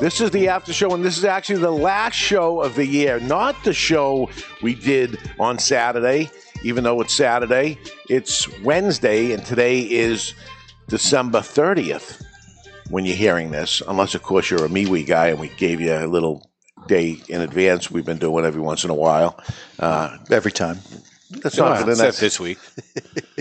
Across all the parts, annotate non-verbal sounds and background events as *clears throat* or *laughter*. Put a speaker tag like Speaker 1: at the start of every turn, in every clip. Speaker 1: This is the after show, and this is actually the last show of the year, not the show we did on Saturday, even though it's Saturday. It's Wednesday, and today is December 30th when you're hearing this, unless, of course, you're a MeWe guy and we gave you a little day in advance. We've been doing every once in a while. Uh,
Speaker 2: Every time.
Speaker 1: that's
Speaker 3: No,
Speaker 1: not for the
Speaker 3: except
Speaker 1: next.
Speaker 3: this week.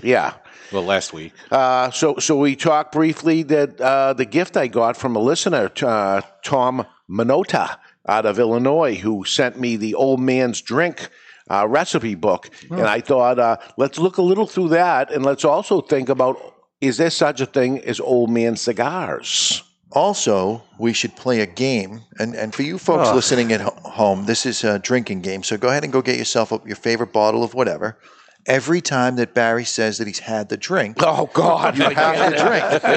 Speaker 1: Yeah.
Speaker 3: Well, last week.
Speaker 1: Uh, so, so we talked briefly that uh, the gift I got from a listener, t- uh, Tom Minota out of Illinois, who sent me the Old Man's Drink uh, recipe book, and I thought, uh, let's look a little through that, and let's also think about: is there such a thing as old man cigars?
Speaker 2: Also, we should play a game. And, and for you folks
Speaker 1: Oh.
Speaker 2: listening at ho- home, this is a drinking game. So go ahead and go get yourself up your favorite bottle of whatever. Every time that Barry says that he's had the drink,
Speaker 1: Oh God!
Speaker 2: you have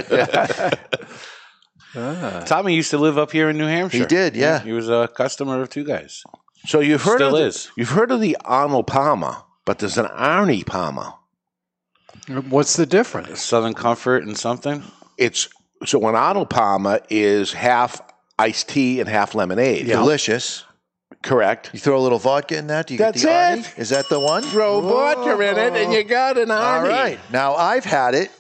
Speaker 2: the drink.
Speaker 3: Tommy used to live up here in New Hampshire.
Speaker 2: He did, yeah.
Speaker 3: He was a customer of two guys.
Speaker 1: so you've heard
Speaker 3: Still
Speaker 1: of the-
Speaker 3: is.
Speaker 1: you've heard of the Arnold Palmer, but there's an Arnie Palmer.
Speaker 4: What's the difference?
Speaker 3: Southern Comfort and something.
Speaker 1: It's so an Arnold Palmer is half iced tea and half lemonade.
Speaker 2: Delicious.
Speaker 1: Correct.
Speaker 2: You throw a little vodka in that. Do you get
Speaker 1: That's
Speaker 2: the
Speaker 1: it.
Speaker 2: Arnie? Is that the one?
Speaker 1: Throw vodka in it, and you got an
Speaker 2: All
Speaker 1: army.
Speaker 2: right. Now I've had it.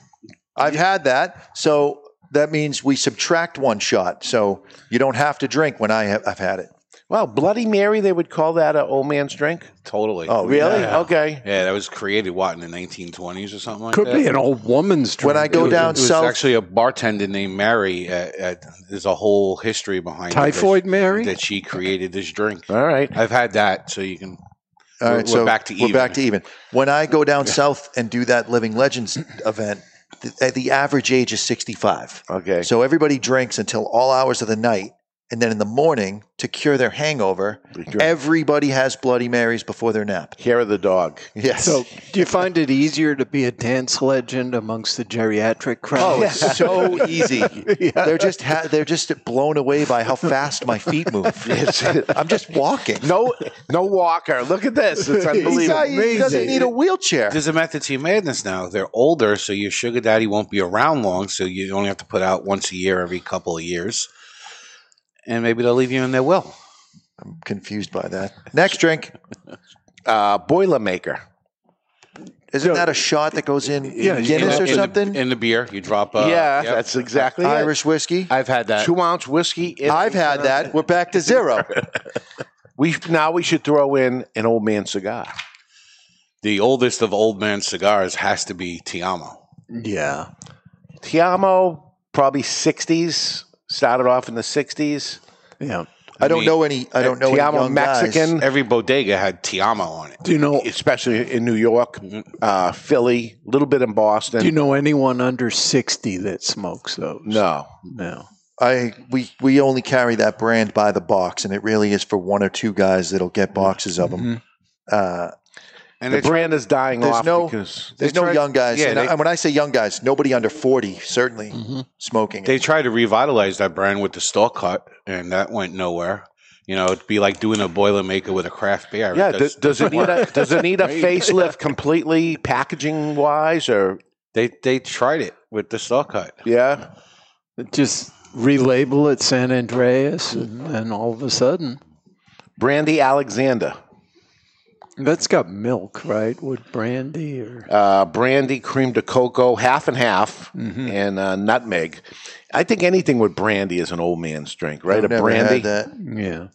Speaker 2: I've had that. So that means we subtract one shot. So you don't have to drink when I have, I've had it.
Speaker 1: Well, Bloody Mary, they would call that an old man's drink.
Speaker 3: Totally.
Speaker 2: Oh,
Speaker 1: Really?
Speaker 3: Yeah.
Speaker 1: Okay.
Speaker 3: Yeah, that was created, what, in the 1920s or something like
Speaker 4: Could
Speaker 3: that?
Speaker 4: be an old woman's drink.
Speaker 2: When I
Speaker 3: It
Speaker 2: go
Speaker 3: was-
Speaker 2: down
Speaker 3: it was
Speaker 2: south-
Speaker 3: actually a bartender named Mary. At, at, there's a whole history behind it that
Speaker 4: Typhoid
Speaker 3: she-
Speaker 4: Mary?
Speaker 3: that she created this drink.
Speaker 1: All right.
Speaker 3: I've had that, so you can.
Speaker 2: All
Speaker 3: We're-
Speaker 2: right,
Speaker 3: we're
Speaker 2: so
Speaker 3: back to
Speaker 2: we're back
Speaker 3: even.
Speaker 2: to even. When I go down south and do that Living Legends event, the, the average age is 65.
Speaker 1: Okay.
Speaker 2: So everybody drinks until all hours of the night, and then in the morning to cure their hangover, everybody has Bloody Marys before their nap.
Speaker 1: Care of the dog.
Speaker 2: Yes.
Speaker 4: So, do you find it easier to be a dance legend amongst the geriatric crowd?
Speaker 2: Oh, it's so easy. *laughs* They're just ha- they're just blown away by how fast my feet move. I'm just walking.
Speaker 1: No, no walker. Look at this. It's
Speaker 2: He's not-
Speaker 1: unbelievable.
Speaker 2: he doesn't
Speaker 4: Amazing.
Speaker 2: need a wheelchair.
Speaker 3: There's a method to your madness now. They're older, so your sugar daddy won't be around long, so you only have to put out once a year every couple of years. And maybe they'll leave you in their will.
Speaker 2: I'm confused by that. Next drink.
Speaker 1: Uh, Boilermaker.
Speaker 2: Isn't
Speaker 4: Yeah.
Speaker 2: that a shot that goes in
Speaker 4: Yeah, you-
Speaker 2: Guinness
Speaker 3: in,
Speaker 2: or
Speaker 3: the- in
Speaker 2: something?
Speaker 3: The, in the beer, you drop. Uh,
Speaker 1: yeah,
Speaker 3: yep.
Speaker 1: that's exactly it.
Speaker 2: Irish whiskey.
Speaker 3: I've had that.
Speaker 1: Two ounce whiskey. in-
Speaker 2: I've had that. We're
Speaker 1: *laughs*
Speaker 2: back to zero.
Speaker 1: We now we should throw in an old man cigar.
Speaker 3: The oldest of old man cigars has to be Tiamo.
Speaker 4: yeah.
Speaker 1: Tiamo, probably sixties. Started off in the sixties.
Speaker 4: Yeah.
Speaker 2: I don't know any. I don't know any
Speaker 1: Tiamo
Speaker 2: young guys.
Speaker 1: Mexican.
Speaker 3: Every bodega had Tiamo on it.
Speaker 4: Do you know?
Speaker 1: especially in New York, uh, Philly, a little bit in Boston.
Speaker 4: Do you know anyone under sixty that smokes those?
Speaker 1: no,
Speaker 4: No.
Speaker 2: I we we only carry that brand by the box, and it really is for one or two guys that'll get
Speaker 1: Mm-hmm.
Speaker 2: boxes of them. Uh,
Speaker 3: And
Speaker 1: the
Speaker 3: it's
Speaker 1: brand is dying
Speaker 2: There's
Speaker 1: off
Speaker 2: no-
Speaker 1: because
Speaker 2: there's
Speaker 3: They
Speaker 2: no
Speaker 3: tried-
Speaker 2: young guys.
Speaker 3: yeah,
Speaker 2: and,
Speaker 3: they-
Speaker 2: I, when I say young guys, nobody under forty certainly
Speaker 1: Mm-hmm.
Speaker 2: smoking. it.
Speaker 3: they tried to revitalize that brand with the store cut, and that went nowhere. You know, it'd be like doing a Boilermaker with a craft beer.
Speaker 1: yeah.
Speaker 3: That's-
Speaker 1: Does, does it need
Speaker 2: *laughs*
Speaker 1: a does it need a facelift completely packaging wise or
Speaker 3: they they tried it with the store cut.
Speaker 1: yeah?
Speaker 4: Just relabel it San Andreas, and, and all of a sudden,
Speaker 1: Brandy Alexander,
Speaker 4: that's got milk, right? With brandy or
Speaker 2: Mm-hmm.
Speaker 1: uh, brandy cream de cocoa, half and half, and uh, nutmeg. I think anything with brandy is an old man's drink, right?
Speaker 2: I've
Speaker 1: a
Speaker 2: never
Speaker 1: brandy.
Speaker 2: had that.
Speaker 4: Yeah.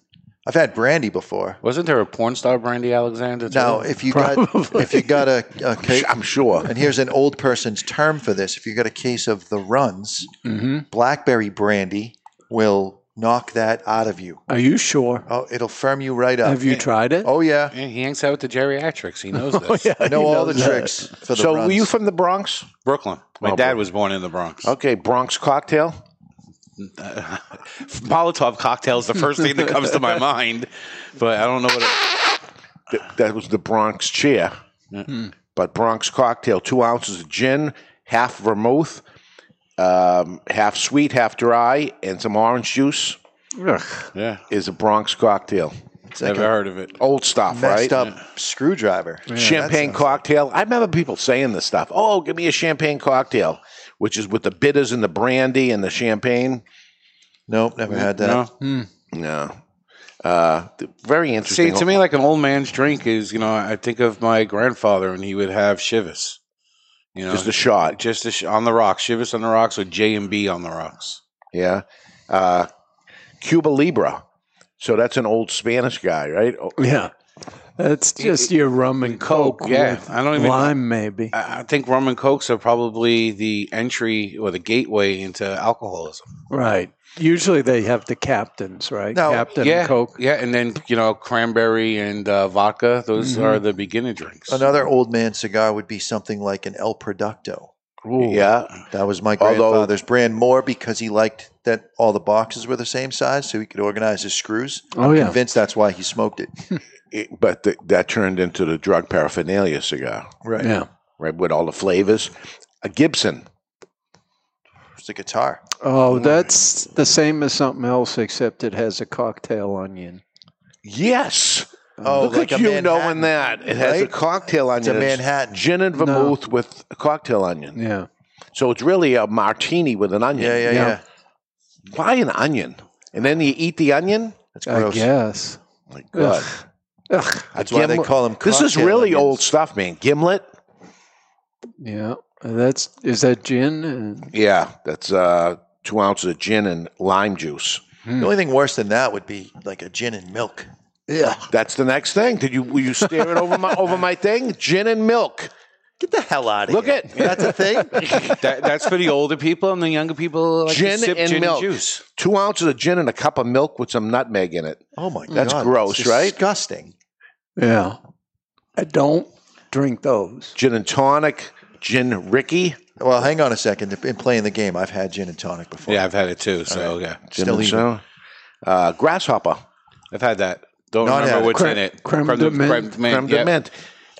Speaker 2: I've had brandy before.
Speaker 3: Wasn't there a porn star, Brandy Alexander? Too?
Speaker 2: Now, if you got
Speaker 4: Probably.
Speaker 2: if you got a,
Speaker 1: *laughs*
Speaker 2: a case,
Speaker 1: I'm sure.
Speaker 2: and here's an old person's term for this: if you got a case of the runs,
Speaker 4: Mm-hmm.
Speaker 2: blackberry brandy will knock that out of you.
Speaker 4: Are you sure?
Speaker 2: Oh, it'll firm you right up.
Speaker 4: Have you tried it?
Speaker 1: *laughs*
Speaker 2: Oh yeah,
Speaker 3: Yeah, he hangs out with the geriatrics. He knows this.
Speaker 2: I know
Speaker 4: he
Speaker 2: all the
Speaker 4: knows that.
Speaker 2: tricks for the
Speaker 1: So,
Speaker 2: runs.
Speaker 1: were you from the Bronx?
Speaker 3: Brooklyn. My
Speaker 1: Oh,
Speaker 3: dad
Speaker 1: Brooklyn.
Speaker 3: was born in the Bronx.
Speaker 1: Okay, Bronx cocktail.
Speaker 3: Molotov cocktail is the first thing that comes
Speaker 1: *laughs*
Speaker 3: to my mind, but I don't know what. It,
Speaker 1: Th- that was the Bronx chair.
Speaker 2: Hmm.
Speaker 1: But Bronx cocktail, two ounces of gin, half vermouth, um, half sweet, half dry, and some orange juice
Speaker 4: Ugh.
Speaker 3: yeah,
Speaker 1: is a Bronx cocktail.
Speaker 2: It's like
Speaker 3: never
Speaker 2: a
Speaker 3: heard of it.
Speaker 1: Old stuff,
Speaker 2: messed
Speaker 1: right?
Speaker 2: up screwdriver.
Speaker 1: champagne
Speaker 2: that sounds-
Speaker 1: cocktail. I remember people saying this stuff. Oh, give me a champagne cocktail, which is with the bitters and the brandy and the champagne.
Speaker 2: Nope, never had that.
Speaker 3: No.
Speaker 1: No. Uh, th- very interesting.
Speaker 3: See, to me, like an old man's drink is, you know, I think of my grandfather and he would have Shivas. You know,
Speaker 1: just a shot.
Speaker 3: just a sh- on the rocks, Shivas on the rocks, or J and B on the rocks.
Speaker 1: Yeah. Uh, Cuba Libre. So that's an old Spanish guy, right? Oh,
Speaker 4: Yeah. That's just your rum and coke.
Speaker 3: Oh, yeah.
Speaker 4: with
Speaker 3: I don't even-
Speaker 4: lime, maybe.
Speaker 3: I I think rum and cokes are probably the entry or the gateway into alcoholism.
Speaker 4: Right. Usually they have the captains, right?
Speaker 2: No,
Speaker 4: Captain
Speaker 3: yeah,
Speaker 4: Coke.
Speaker 3: yeah, and then you know cranberry and uh, vodka; those
Speaker 4: Mhm.
Speaker 3: are the beginner drinks.
Speaker 2: Another old man cigar would be something like an El Producto.
Speaker 1: Yeah.
Speaker 2: That was my
Speaker 1: Although-
Speaker 2: grandfather's brand more because he liked that all the boxes were the same size, so he could organize his screws.
Speaker 4: Oh yeah.
Speaker 2: Convinced that's why he smoked it.
Speaker 1: It- but th- that turned into the drug paraphernalia cigar,
Speaker 2: Right.
Speaker 4: Yeah.
Speaker 1: right? With all the flavors. A Gibson.
Speaker 2: It's a guitar.
Speaker 4: Oh, that's the same as something else, except it has a cocktail onion.
Speaker 1: Yes.
Speaker 2: Oh,
Speaker 1: Look
Speaker 2: like
Speaker 1: at
Speaker 2: a
Speaker 1: you
Speaker 2: Manhattan,
Speaker 1: knowing that. It has a
Speaker 2: right?
Speaker 1: cocktail onion.
Speaker 2: It's a
Speaker 1: It's
Speaker 2: Manhattan.
Speaker 1: Gin and vermouth with a cocktail onion.
Speaker 4: Yeah.
Speaker 1: So it's really a martini with an onion.
Speaker 2: Yeah, yeah,
Speaker 4: Yeah.
Speaker 2: yeah.
Speaker 1: Why an onion? And then you eat the onion?
Speaker 2: That's
Speaker 4: I
Speaker 2: gross.
Speaker 4: guess.
Speaker 1: My God.
Speaker 4: Ugh.
Speaker 2: That's why they call them.
Speaker 1: This is
Speaker 2: cocktail
Speaker 1: really
Speaker 2: onions.
Speaker 1: old stuff, man. Gimlet?
Speaker 4: Yeah. That's is that gin? And-
Speaker 1: Yeah, that's uh, two ounces of gin and lime juice.
Speaker 2: The only thing worse than that would be like a gin and milk.
Speaker 4: Yeah.
Speaker 1: That's the next thing. Did you were you staring over my over my thing? Gin and milk.
Speaker 2: Get the hell out of
Speaker 1: Look
Speaker 2: here.
Speaker 1: at *laughs*
Speaker 2: that's a *laughs* thing.
Speaker 3: that, that's for the older people, and the younger people like
Speaker 1: Gin
Speaker 3: to sip
Speaker 1: and
Speaker 3: gin
Speaker 1: milk.
Speaker 3: juice.
Speaker 1: two ounces of gin and a cup of milk with some nutmeg in it.
Speaker 2: Oh my god,
Speaker 1: That's gross,
Speaker 2: it's
Speaker 1: right?
Speaker 2: Disgusting.
Speaker 4: Yeah. I don't drink those.
Speaker 1: Gin and tonic. Gin Ricky.
Speaker 2: Well, hang on a second. In playing the game, I've had gin and tonic before.
Speaker 3: Yeah, I've had it too. So yeah,
Speaker 1: Gin
Speaker 2: Still
Speaker 1: and
Speaker 2: evil.
Speaker 1: sour. Uh, grasshopper.
Speaker 3: I've had that. Don't
Speaker 2: Not had
Speaker 3: remember
Speaker 2: it.
Speaker 3: what's
Speaker 4: Creme-
Speaker 3: in it.
Speaker 4: creme de menthe.
Speaker 3: creme de menthe,
Speaker 1: Creme
Speaker 3: yeah.
Speaker 1: de menthe.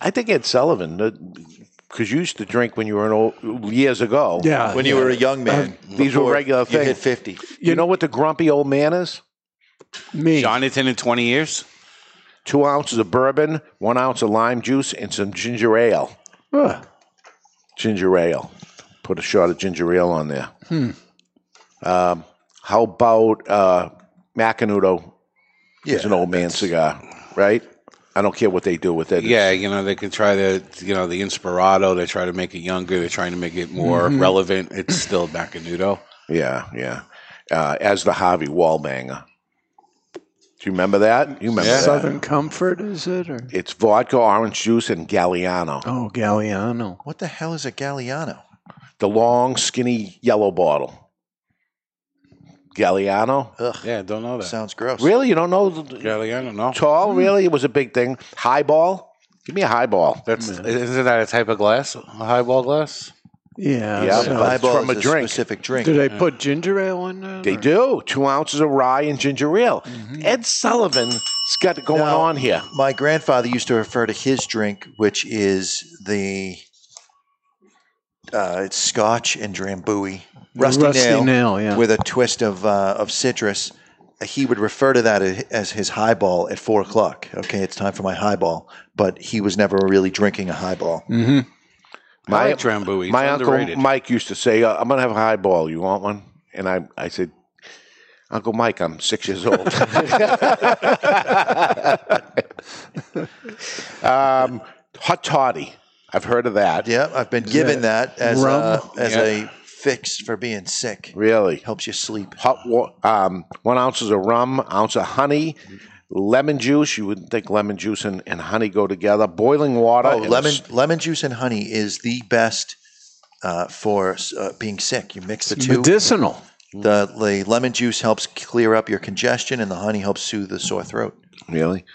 Speaker 1: I think Ed Sullivan, because you used to drink when you were an old years ago.
Speaker 4: Yeah.
Speaker 2: When you were a young *clears throat* man,
Speaker 1: These were
Speaker 2: before
Speaker 1: regular
Speaker 2: You
Speaker 1: things.
Speaker 2: hit fifty.
Speaker 1: You know what the grumpy old man is?
Speaker 4: me.
Speaker 3: Jonathan in twenty years.
Speaker 1: Two ounces of bourbon, one ounce of lime juice, and some ginger ale.
Speaker 4: Ugh.
Speaker 1: Ginger ale. Put a shot of ginger ale on there. Hmm. Um, how about uh, Macanudo?
Speaker 2: Yeah,
Speaker 1: It's an old man cigar, right? I don't care what they do with it.
Speaker 3: Yeah, you know they can try to, you know, the Inspirado. They try to make it younger. They're trying to make it more
Speaker 1: Mm-hmm.
Speaker 3: relevant. It's still Macanudo.
Speaker 1: Yeah, yeah. Uh, as the Harvey Wallbanger. Do you remember that? You remember that?
Speaker 4: Southern Comfort is it or
Speaker 1: It's vodka, orange juice, and Galliano.
Speaker 4: Oh, Galliano.
Speaker 2: What the hell is a Galliano?
Speaker 1: The long, skinny yellow bottle. Galliano?
Speaker 2: Ugh,
Speaker 3: Yeah, don't know that.
Speaker 2: sounds gross.
Speaker 1: Really? You don't know? the-
Speaker 3: Really, I don't know.
Speaker 1: Tall? Really? It was a big thing. Highball? Give me a highball.
Speaker 3: That's isn't that a type of glass? A highball glass?
Speaker 4: Yeah.
Speaker 1: Yeah,
Speaker 4: so-
Speaker 1: but-
Speaker 2: Highball
Speaker 1: from
Speaker 2: is
Speaker 1: a
Speaker 2: a
Speaker 1: drink.
Speaker 2: specific drink.
Speaker 4: do they put ginger ale in there?
Speaker 1: They do.
Speaker 4: or-
Speaker 1: Two ounces of rye and ginger ale. Ed Sullivan's got it going
Speaker 2: Now-
Speaker 1: on here.
Speaker 2: My grandfather used to refer to his drink, which is the uh, it's Scotch and Drambuie, rusty,
Speaker 4: Rusty
Speaker 2: nail,
Speaker 4: Nail, yeah.
Speaker 2: with a twist of uh, of citrus. He would refer to that as his highball at four o'clock. Okay, it's time for my highball, but he was never really drinking a highball.
Speaker 3: My
Speaker 1: My-
Speaker 3: like Drambuie. It's
Speaker 1: My uncle
Speaker 3: underrated.
Speaker 1: Mike used to say, uh, "I'm gonna have a highball. You want one?" And I, I said, "Uncle Mike, I'm six years old." *laughs* um, hot toddy. I've heard of that.
Speaker 2: Yeah, I've been given that as a,
Speaker 4: Rum?
Speaker 2: as
Speaker 3: Yeah.
Speaker 2: a fix for being sick.
Speaker 1: Really?
Speaker 2: Helps you sleep.
Speaker 1: Hot wa- um, one ounces of rum, ounce of honey, lemon juice. You wouldn't think lemon juice and, and honey go together. Boiling water.
Speaker 2: Oh,
Speaker 1: and
Speaker 2: lemon
Speaker 1: s-
Speaker 2: lemon juice and honey is the best uh, for uh, being sick. You mix the two.
Speaker 4: Medicinal.
Speaker 2: the, the lemon juice helps clear up your congestion, and the honey helps soothe the sore throat.
Speaker 1: Really?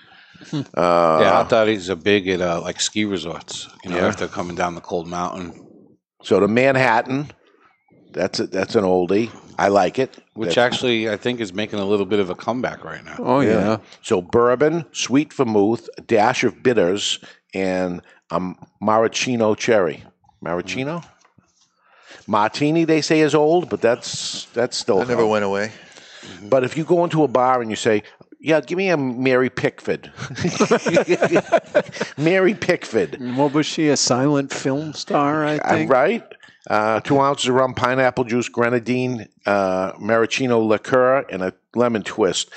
Speaker 3: yeah, hot
Speaker 1: Uh,
Speaker 3: toddies are big at uh, like ski resorts. You know,
Speaker 1: Yeah.
Speaker 3: if they're coming down the cold mountain,
Speaker 1: so the Manhattan. That's a, that's an oldie. I like it.
Speaker 3: which
Speaker 1: That's-
Speaker 3: actually I think is making a little bit of a comeback right now.
Speaker 4: Oh yeah.
Speaker 1: So bourbon, sweet vermouth, a dash of bitters, and a maraschino cherry. Maraschino?
Speaker 2: Mm.
Speaker 1: Martini, they say, is old, but that's that's still.
Speaker 2: That never went away.
Speaker 1: But if you go into a bar and you say, "Yeah, give me a Mary Pickford," *laughs* Mary Pickford,
Speaker 4: And What was she? A silent film star, I
Speaker 1: uh,
Speaker 4: think.
Speaker 1: right? Uh, two ounces of rum, pineapple juice, grenadine, uh, maraschino liqueur, and a lemon twist.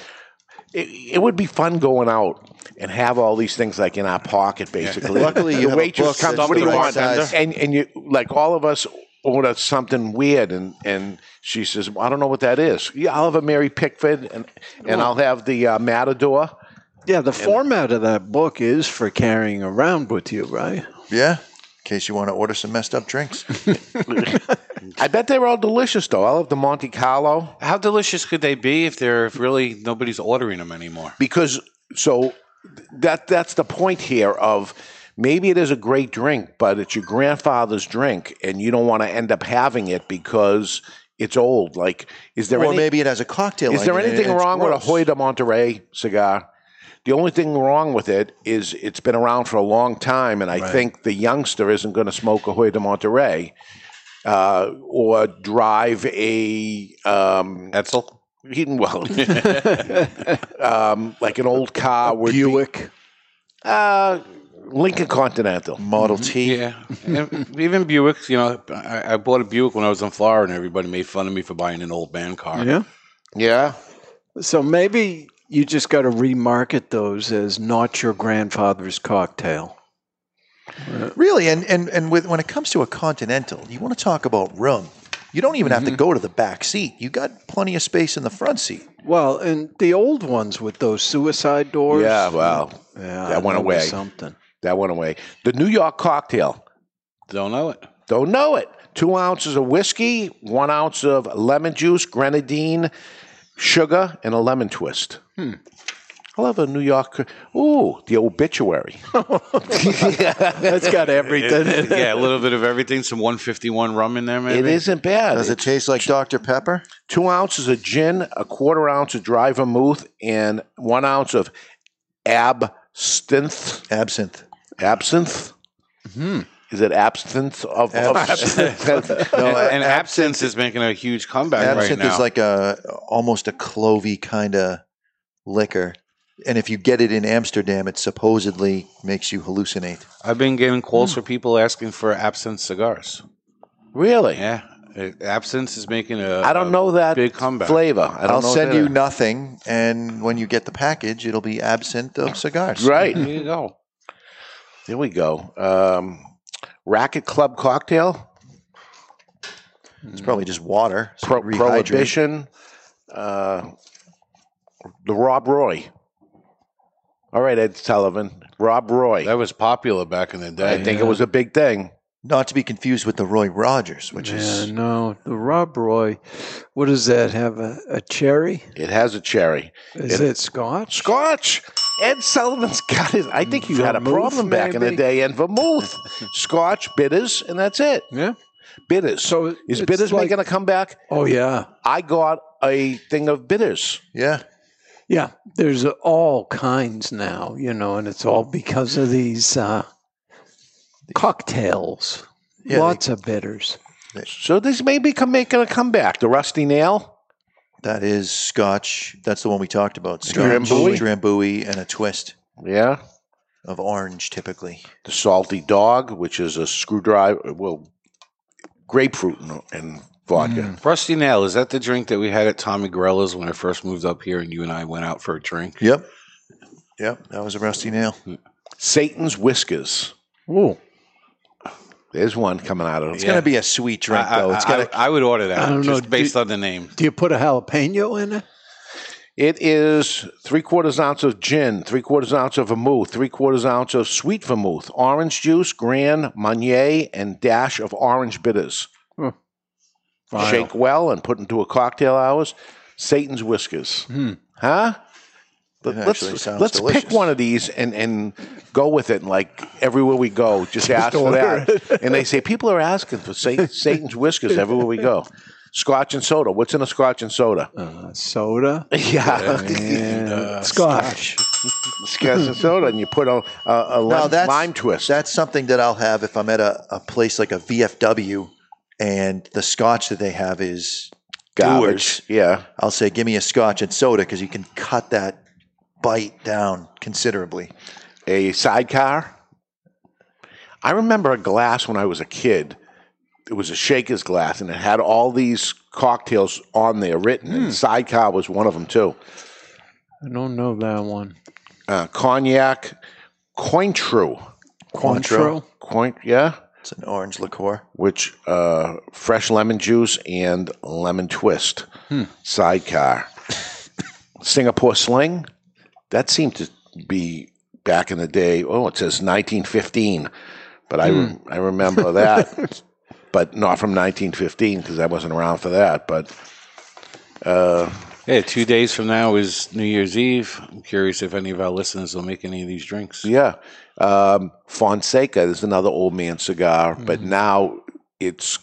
Speaker 1: It, it would be fun going out and have all these things like in our pocket, basically.
Speaker 2: *laughs* Luckily,
Speaker 1: the
Speaker 2: you have a book
Speaker 1: waitress comes.
Speaker 2: that's
Speaker 1: What do you
Speaker 2: the right
Speaker 1: want?
Speaker 2: size."
Speaker 1: And and you like all of us order something weird, and and she says, "Well, "I don't know what that is." Yeah, I'll have a Mary Pickford, and and I'll have the uh, Matador.
Speaker 4: Yeah, the format of that book is for carrying around with you, right?
Speaker 2: Yeah. In case you want to order some messed up drinks.
Speaker 1: I bet they're all delicious, though. I'll have the Monte Carlo.
Speaker 3: How delicious could they be if they're if really nobody's ordering them anymore?
Speaker 1: because so that that's the point here of maybe it is a great drink but it's your grandfather's drink and you don't want to end up having it because it's old like is there
Speaker 2: or
Speaker 1: any,
Speaker 2: maybe it has a cocktail.
Speaker 1: is
Speaker 2: in
Speaker 1: there
Speaker 2: it and
Speaker 1: anything
Speaker 2: it's
Speaker 1: wrong with
Speaker 2: gross.
Speaker 1: a Hoy de Monterey cigar the only thing wrong with it is it's been around for a long time and I think the youngster isn't going to smoke a Hoy de Monterey uh, or drive a um,
Speaker 3: Etzel.
Speaker 1: he- well, *laughs* um, like an old car would be-
Speaker 4: Buick.
Speaker 1: uh, Lincoln Continental.
Speaker 2: Model T.
Speaker 3: Yeah, And even Buicks. You know, I, I bought a Buick when I was in Florida, and everybody made fun of me for buying an old man car.
Speaker 4: Yeah.
Speaker 1: Yeah.
Speaker 4: So maybe you just got to remarket those as not your grandfather's cocktail.
Speaker 2: Really, and and and with when it comes to a continental, you want to talk about room. You don't even
Speaker 1: Mm-hmm.
Speaker 2: have to go to the back seat. You got plenty of space in the front seat.
Speaker 4: Well, and the old ones with those suicide doors.
Speaker 1: Yeah, well,
Speaker 4: yeah,
Speaker 1: that went
Speaker 4: was
Speaker 1: away.
Speaker 4: Something.
Speaker 1: that went away. The New York cocktail.
Speaker 3: Don't know it.
Speaker 1: Don't know it. Two ounces of whiskey, one ounce of lemon juice, grenadine, sugar, and a lemon twist.
Speaker 2: Hmm.
Speaker 1: I love a New York. Ooh, the
Speaker 2: *laughs*
Speaker 1: obituary.
Speaker 4: That's
Speaker 3: *laughs*
Speaker 4: got everything *laughs* in it.
Speaker 3: yeah, a little bit of everything. Some 151 rum in there, maybe.
Speaker 1: it isn't bad.
Speaker 2: Does it taste like Dr Pepper?
Speaker 1: two ounces of gin, a quarter ounce of dry vermouth, and one ounce of absinthe.
Speaker 2: Absinthe.
Speaker 1: Absinthe? Is it absinthe of, of-
Speaker 3: and,
Speaker 1: *laughs* No,
Speaker 3: and absinthe is making a huge comeback right
Speaker 2: uh, Absinthe
Speaker 3: now.
Speaker 2: is like a almost a clovey kind of liquor, and if you get it in Amsterdam, it supposedly makes you hallucinate.
Speaker 3: I've been getting calls for people asking for absinthe cigars.
Speaker 1: *laughs* really?
Speaker 3: Yeah, It- absinthe is making a.
Speaker 1: I don't
Speaker 3: a
Speaker 1: know that
Speaker 3: big comeback.
Speaker 1: flavor. I don't
Speaker 2: I'll
Speaker 1: know
Speaker 2: send
Speaker 1: that-
Speaker 2: you nothing, and when you get the package, it'll be absinthe of cigars.
Speaker 1: *laughs*
Speaker 3: There
Speaker 1: Right
Speaker 3: you go.
Speaker 1: there, we go. Um, Racket Club cocktail,
Speaker 2: It's probably just water. so
Speaker 1: Pro-
Speaker 2: rehydrate.
Speaker 1: Prohibition, uh, the Rob Roy. All right, Ed Sullivan, Rob Roy.
Speaker 3: That was popular back in the day.
Speaker 1: I think it was a big thing.
Speaker 2: Not to be confused with the Roy Rogers, which
Speaker 4: Yeah,
Speaker 2: is
Speaker 4: no, the Rob Roy. What does that have? A, a cherry?
Speaker 1: It has a cherry.
Speaker 4: Is
Speaker 1: It-
Speaker 4: it, Scotch?
Speaker 1: Scotch. Ed Sullivan's got his. I think you had a
Speaker 4: Vermouth,
Speaker 1: problem back in the
Speaker 4: maybe?
Speaker 1: day. And
Speaker 4: *laughs*
Speaker 1: vermouth, Scotch bitters, and that's it.
Speaker 4: Yeah.
Speaker 1: Bitters. So
Speaker 4: So
Speaker 1: is
Speaker 4: it's
Speaker 1: bitters
Speaker 4: like-
Speaker 1: making a comeback?
Speaker 4: Oh yeah,
Speaker 1: I got a thing of bitters.
Speaker 2: yeah.
Speaker 4: yeah. There's all kinds now, you know, and it's all because of these uh, cocktails.
Speaker 2: Yeah, they-
Speaker 4: Lots of bitters.
Speaker 1: So this may be com- making a comeback. The rusty nail.
Speaker 2: That is Scotch. That's the one we talked about. Scotch,
Speaker 1: Drambuie?
Speaker 2: Drambuie, and a twist
Speaker 1: Yeah.
Speaker 2: of orange, typically.
Speaker 1: The salty dog, which is a screwdriver. Well, grapefruit and, and vodka.
Speaker 4: Mm.
Speaker 3: Rusty Nail, is that the drink that we had at Tommy Guerrella's when I first moved up here and you and I went out for a drink?
Speaker 2: Yep. Yep. That was a rusty nail.
Speaker 1: Satan's whiskers.
Speaker 4: Ooh.
Speaker 1: There's one coming out of
Speaker 2: It's
Speaker 1: it.
Speaker 2: going to be a sweet drink,
Speaker 3: I,
Speaker 2: though. It's
Speaker 3: I-
Speaker 2: going to.
Speaker 3: I- I would order that.
Speaker 4: I don't know,
Speaker 3: just based
Speaker 4: do-
Speaker 3: on the name.
Speaker 4: Do you put a jalapeno in it?
Speaker 1: It is three quarters ounce of gin, three quarters ounce of vermouth, three quarters ounce of sweet vermouth, orange juice, Grand Marnier, and dash of orange bitters.
Speaker 4: Vile.
Speaker 1: Shake well and put into a cocktail hours. Satan's whiskers,
Speaker 4: Hmm.
Speaker 1: huh? Let-
Speaker 2: It actually
Speaker 1: let's
Speaker 2: sounds
Speaker 1: let's pick
Speaker 2: delicious.
Speaker 1: one of these and, and go with it. And like everywhere we go,
Speaker 2: *laughs*
Speaker 1: just ask for
Speaker 4: order
Speaker 1: that. and they say people are asking for Satan, Satan's whiskers everywhere we go. Scotch and soda. What's in a scotch and
Speaker 2: *laughs*
Speaker 1: soda?
Speaker 4: Uh, soda
Speaker 1: Yeah,
Speaker 4: and uh, scotch.
Speaker 1: *laughs* scotch and soda, and you put a, a, a
Speaker 2: No,
Speaker 1: lime,
Speaker 2: that's-
Speaker 1: lime twist.
Speaker 2: That's something that I'll have if I'm at a, a place like a VFW, and the scotch that they have is
Speaker 1: Garbage.
Speaker 2: Dewar's.
Speaker 1: Yeah,
Speaker 2: I'll say, give me a scotch and soda because you can cut that bite down considerably.
Speaker 1: a sidecar. I remember a glass when I was a kid. It was a shaker's glass, and it had all these cocktails on there written.
Speaker 2: Hmm.
Speaker 1: And sidecar was one of them too.
Speaker 4: I don't know that one.
Speaker 1: Uh, cognac, Cointreau,
Speaker 2: Cointreau.
Speaker 1: Coint, yeah,
Speaker 2: It's an orange liqueur.
Speaker 1: which uh, fresh lemon juice and lemon twist. Sidecar, Singapore sling. That seemed to be back in the day. Oh, it says 1915, but I rem- I remember that, but not from 1915 because I wasn't around for that. But
Speaker 3: Yeah, two days from now is New Year's Eve. I'm curious if any of our listeners will make any of these drinks.
Speaker 1: Yeah. Um, Fonseca is another old man cigar, but now it's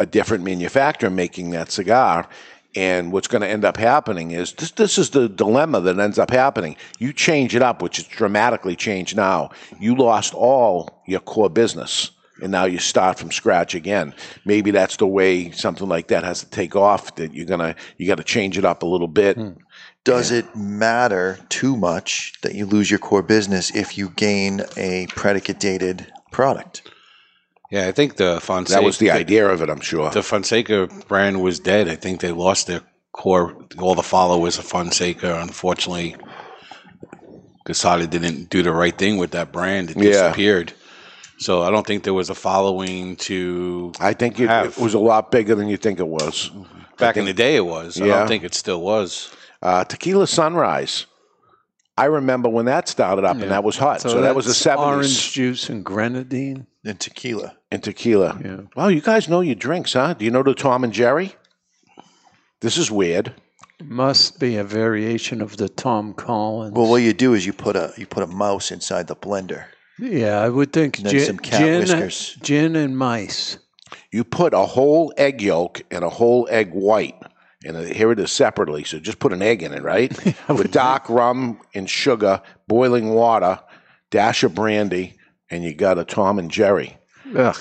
Speaker 1: a different manufacturer making that cigar. And what's going to end up happening is this, this is the dilemma that ends up happening. You change it up, which is dramatically changed now. You lost all your core business. And now you start from scratch again. Maybe that's the way something like that has to take off. That you're gonna you got to change it up a little bit.
Speaker 2: Does it matter too much that you lose your core business if you gain a predicate dated product?
Speaker 3: Yeah, I think the Fonseca
Speaker 1: That was the idea of it, I'm sure.
Speaker 3: The Fonseca brand was dead. I think they lost their core. All the followers of Fonseca, unfortunately, Casada didn't do the right thing with that brand. It
Speaker 1: Yeah.
Speaker 3: disappeared. So I don't think there was a following to
Speaker 1: I think it,
Speaker 3: Have.
Speaker 1: it was a lot bigger than you think it was.
Speaker 3: back in the day. It was. I
Speaker 1: Yeah.
Speaker 3: don't think it still was.
Speaker 1: Uh, Tequila Sunrise. I remember when that started up, and that was hot. So, that was the
Speaker 4: that's Orange
Speaker 1: seventies
Speaker 4: juice and grenadine.
Speaker 2: And tequila.
Speaker 1: in tequila.
Speaker 4: Yeah.
Speaker 1: Wow, you guys know your drinks, huh? Do you know the Tom and Jerry? This is weird.
Speaker 4: Must be a variation of the Tom Collins.
Speaker 2: Well, what you do is you put a you put a mouse inside the blender.
Speaker 4: yeah, I would think
Speaker 2: And then
Speaker 4: gin,
Speaker 2: some cat
Speaker 4: gin,
Speaker 2: whiskers.
Speaker 4: gin and mice.
Speaker 1: You put a whole egg yolk and a whole egg white, and here it is separately. So just put an egg in it, right?
Speaker 2: *laughs*
Speaker 1: With dark rum and sugar, boiling water, dash of brandy, and you got a Tom and Jerry.
Speaker 4: Ugh.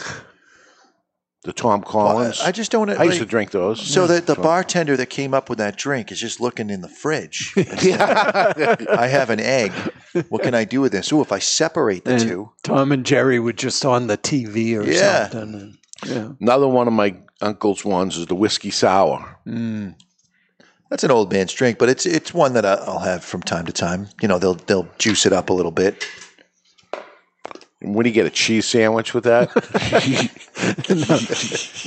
Speaker 1: The Tom Collins.
Speaker 2: I just don't.
Speaker 1: Oh, I used to
Speaker 2: like-
Speaker 1: drink those. Mm-hmm.
Speaker 2: So that the bartender that came up with that drink is just looking in
Speaker 1: *laughs*
Speaker 2: the fridge. I have an egg. What can I do with this? Ooh, if I separate the
Speaker 4: And
Speaker 2: two,
Speaker 4: Tom and Jerry were just on the TV or
Speaker 2: Yeah.
Speaker 4: something. and- yeah.
Speaker 1: Another one of my uncle's ones is the whiskey sour.
Speaker 2: that's an old man's drink, but it's it's one that I- I'll have from time to time. You know, they'll they'll juice it up a little bit.
Speaker 1: And when you get a cheese sandwich with that,
Speaker 2: *laughs*
Speaker 3: You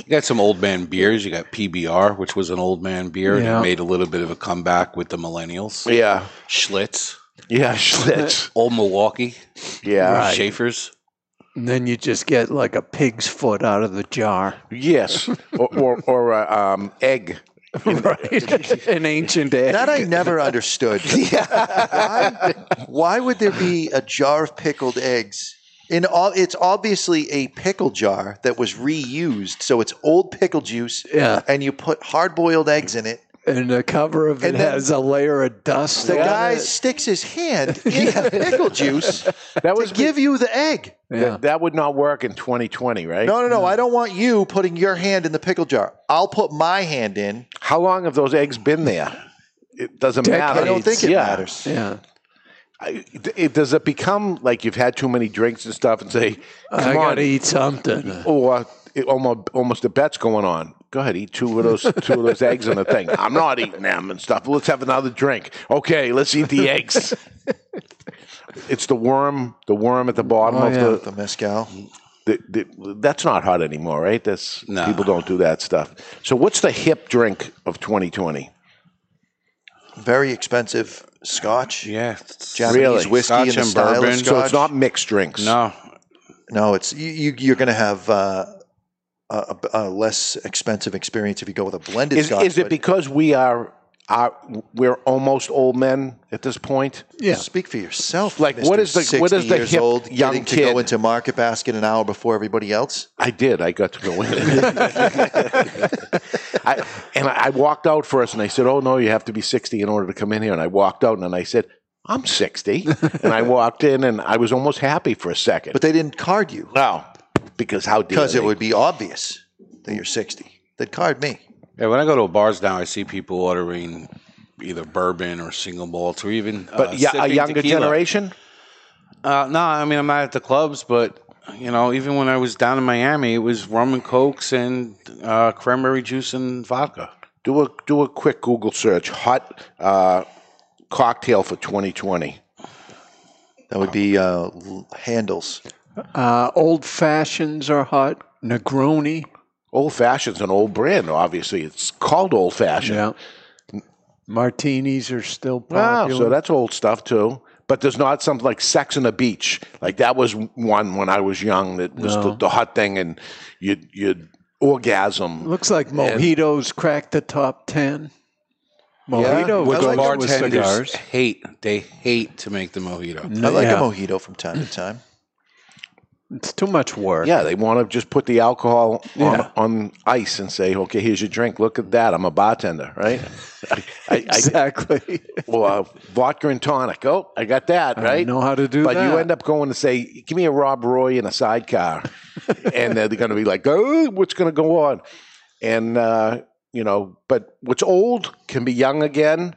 Speaker 3: got some old man beers. You got PBR, which was an old man beer, and
Speaker 4: Yeah.
Speaker 3: it made a little bit of a comeback with the millennials.
Speaker 1: yeah,
Speaker 3: Schlitz,
Speaker 1: yeah, *laughs* Schlitz,
Speaker 3: Old Milwaukee,
Speaker 1: yeah,
Speaker 3: Schaefer's.
Speaker 4: And then you just get like a pig's foot out of the
Speaker 2: *laughs*
Speaker 4: jar. *laughs*
Speaker 1: yes, or or, or uh, um, egg.
Speaker 4: right? An ancient egg.
Speaker 2: That I
Speaker 1: *laughs*
Speaker 2: never understood. why, why would there be a jar of pickled eggs? In all, it's obviously a pickle jar that was reused, so it's old pickle juice,
Speaker 4: yeah.
Speaker 2: and you put hard-boiled eggs in it.
Speaker 4: And the cover of it
Speaker 2: And then-
Speaker 4: has a layer of dust.
Speaker 2: The
Speaker 4: on
Speaker 2: guy
Speaker 4: it.
Speaker 2: sticks his
Speaker 1: *laughs*
Speaker 2: hand in the pickle juice
Speaker 1: That
Speaker 2: to
Speaker 1: was
Speaker 2: give you the egg.
Speaker 4: Yeah.
Speaker 1: that, that would not work in 2020, right?
Speaker 2: No, no, no. I don't want you putting your hand in the pickle jar. I'll put my hand in.
Speaker 1: How long have those eggs been there? It doesn't matter.
Speaker 2: I don't think it
Speaker 1: Yeah.
Speaker 2: matters.
Speaker 4: Yeah.
Speaker 1: I- it, does it become like you've had too many drinks and stuff and say,
Speaker 4: I
Speaker 1: come
Speaker 4: got
Speaker 1: on,
Speaker 4: to eat something.
Speaker 1: or Oh, it, almost, almost a bet's going on. Go ahead, eat two of those two of those eggs and a thing. I'm not eating them and stuff. Let's have another drink. Okay, let's eat the eggs. it's the worm, the worm at the bottom
Speaker 4: Oh,
Speaker 1: of
Speaker 4: yeah.
Speaker 1: the
Speaker 2: The mezcal.
Speaker 1: th- th- that's not hot anymore, right? That's
Speaker 3: No.
Speaker 1: people don't do that stuff. So what's the hip drink of 2020?
Speaker 2: Very expensive scotch.
Speaker 3: Yeah. it's-
Speaker 2: Japanese
Speaker 1: Really?
Speaker 2: whiskey
Speaker 3: Scotch
Speaker 2: in the
Speaker 3: and
Speaker 2: style
Speaker 3: bourbon.
Speaker 2: of
Speaker 3: So
Speaker 2: scotch.
Speaker 1: So it's not mixed drinks.
Speaker 3: No.
Speaker 2: No, it's you. you you're going to have uh, a, a a less expensive experience if you go with a blended
Speaker 1: Is,
Speaker 2: scotch.
Speaker 1: is it
Speaker 2: but
Speaker 1: because we are, are we're almost old men at this point?
Speaker 4: Yeah.
Speaker 2: Speak for yourself.
Speaker 1: Like,
Speaker 2: Mr.
Speaker 1: what is the-
Speaker 2: 60
Speaker 1: what is the
Speaker 2: years
Speaker 1: hip
Speaker 2: old
Speaker 1: young
Speaker 2: getting to go
Speaker 1: kid?
Speaker 2: into Market Basket an hour before everybody else?
Speaker 1: I did. I got to go in. *laughs* I, and I I walked out first and I said, Oh, no, you have to be 60 in order to come in here. And I walked out and then I said, I'm
Speaker 2: *laughs*
Speaker 1: 60. and I walked in and I was almost happy for a second.
Speaker 2: But they didn't card you
Speaker 1: no, because how dare
Speaker 2: because
Speaker 1: they?
Speaker 2: it would be obvious that you're 60. They'd card me.
Speaker 3: Yeah, when I go to bars now, I see people ordering either bourbon or single malts or even
Speaker 1: But
Speaker 3: uh,
Speaker 1: yeah, a
Speaker 3: sipping
Speaker 1: younger
Speaker 3: tequila.
Speaker 1: generation?
Speaker 3: Uh, no, I mean I'm not at the clubs, but you know, even when I was down in Miami, it was rum and cokes and uh, cranberry juice and vodka.
Speaker 1: Do a do a quick Google search. Hot uh, cocktail for 2020.
Speaker 2: That would be uh, l- handles.
Speaker 4: Uh, old fashions are hot. Negroni.
Speaker 1: Old fashioned's an old brand, obviously. It's called old fashioned.
Speaker 4: Yeah. Martinis are still
Speaker 2: Ah,
Speaker 1: Wow,
Speaker 4: popular.
Speaker 1: Oh, so that's old stuff too. But there's not something like Sex on the Beach. Like that was one when I was young that was the, the hot thing, and you'd, you'd orgasm.
Speaker 4: Looks like mojitos cracked the top ten. Mojito
Speaker 3: with the
Speaker 2: like it with
Speaker 3: bartenders hate they hate to make the mojito.
Speaker 2: I like
Speaker 4: yeah.
Speaker 2: a mojito from time to time.
Speaker 4: It's too much work.
Speaker 1: Yeah, they want to just put the alcohol on, on ice and say, okay, here's your drink. Look at that. I'm a bartender, right? *laughs* I, I, I,
Speaker 4: *laughs* exactly.
Speaker 1: well, uh, vodka and tonic. Oh, I got that, right?
Speaker 4: I know how to do
Speaker 1: but
Speaker 4: that.
Speaker 1: you end up going to say, "Give me a Rob Roy and a sidecar,"
Speaker 4: *laughs*
Speaker 1: and they're going to be like, "Oh, what's going to go on?" And uh, you know, but what's old can be young again.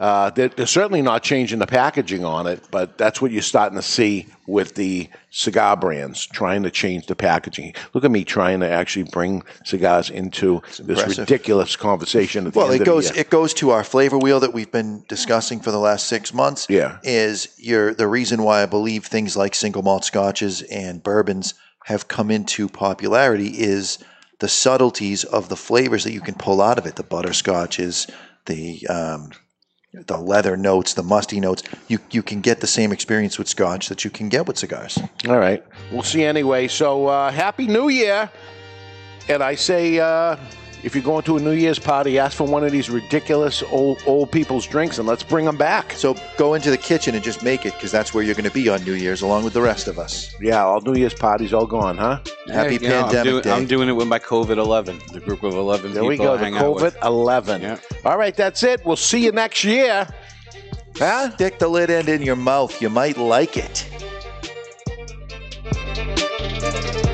Speaker 1: Uh, they're, they're certainly not changing the packaging on it, but that's what you're starting to see with the cigar brands trying to change the packaging. Look at me trying to actually bring cigars into this
Speaker 2: impressive.
Speaker 1: ridiculous conversation. At the
Speaker 2: Well,
Speaker 1: end
Speaker 2: it
Speaker 1: of the
Speaker 2: goes
Speaker 1: year.
Speaker 2: it goes to our flavor wheel that we've been discussing for the last six months.
Speaker 1: Yeah.
Speaker 2: is your the reason why I believe things like single malt scotches and bourbons have come into popularity is the subtleties of the flavors that you can pull out of it. The butterscotches, the um, the leather notes, the musty notes. You you can get the same experience with scotch that you can get with cigars.
Speaker 1: All right. We'll see anyway. So, uh, Happy New Year. And I say, uh, if you're going to a New Year's party, ask for one of these ridiculous old old people's drinks and let's bring them back.
Speaker 2: So go into the kitchen and just make it because that's where you're going to be on New Year's along with the rest of us.
Speaker 1: Yeah, all New Year's parties all gone, huh?
Speaker 2: Happy
Speaker 3: you know, I'm
Speaker 2: pandemic
Speaker 3: doing-
Speaker 2: day.
Speaker 3: I'm doing it with my COVID eleven, the group of eleven
Speaker 1: There
Speaker 3: people
Speaker 1: we go.
Speaker 3: I
Speaker 1: The
Speaker 3: hang out with.
Speaker 1: COVID 11.
Speaker 3: Yeah.
Speaker 1: All right, that's it. We'll see you next year. Huh?
Speaker 2: Stick the lid end in your mouth. You might like it.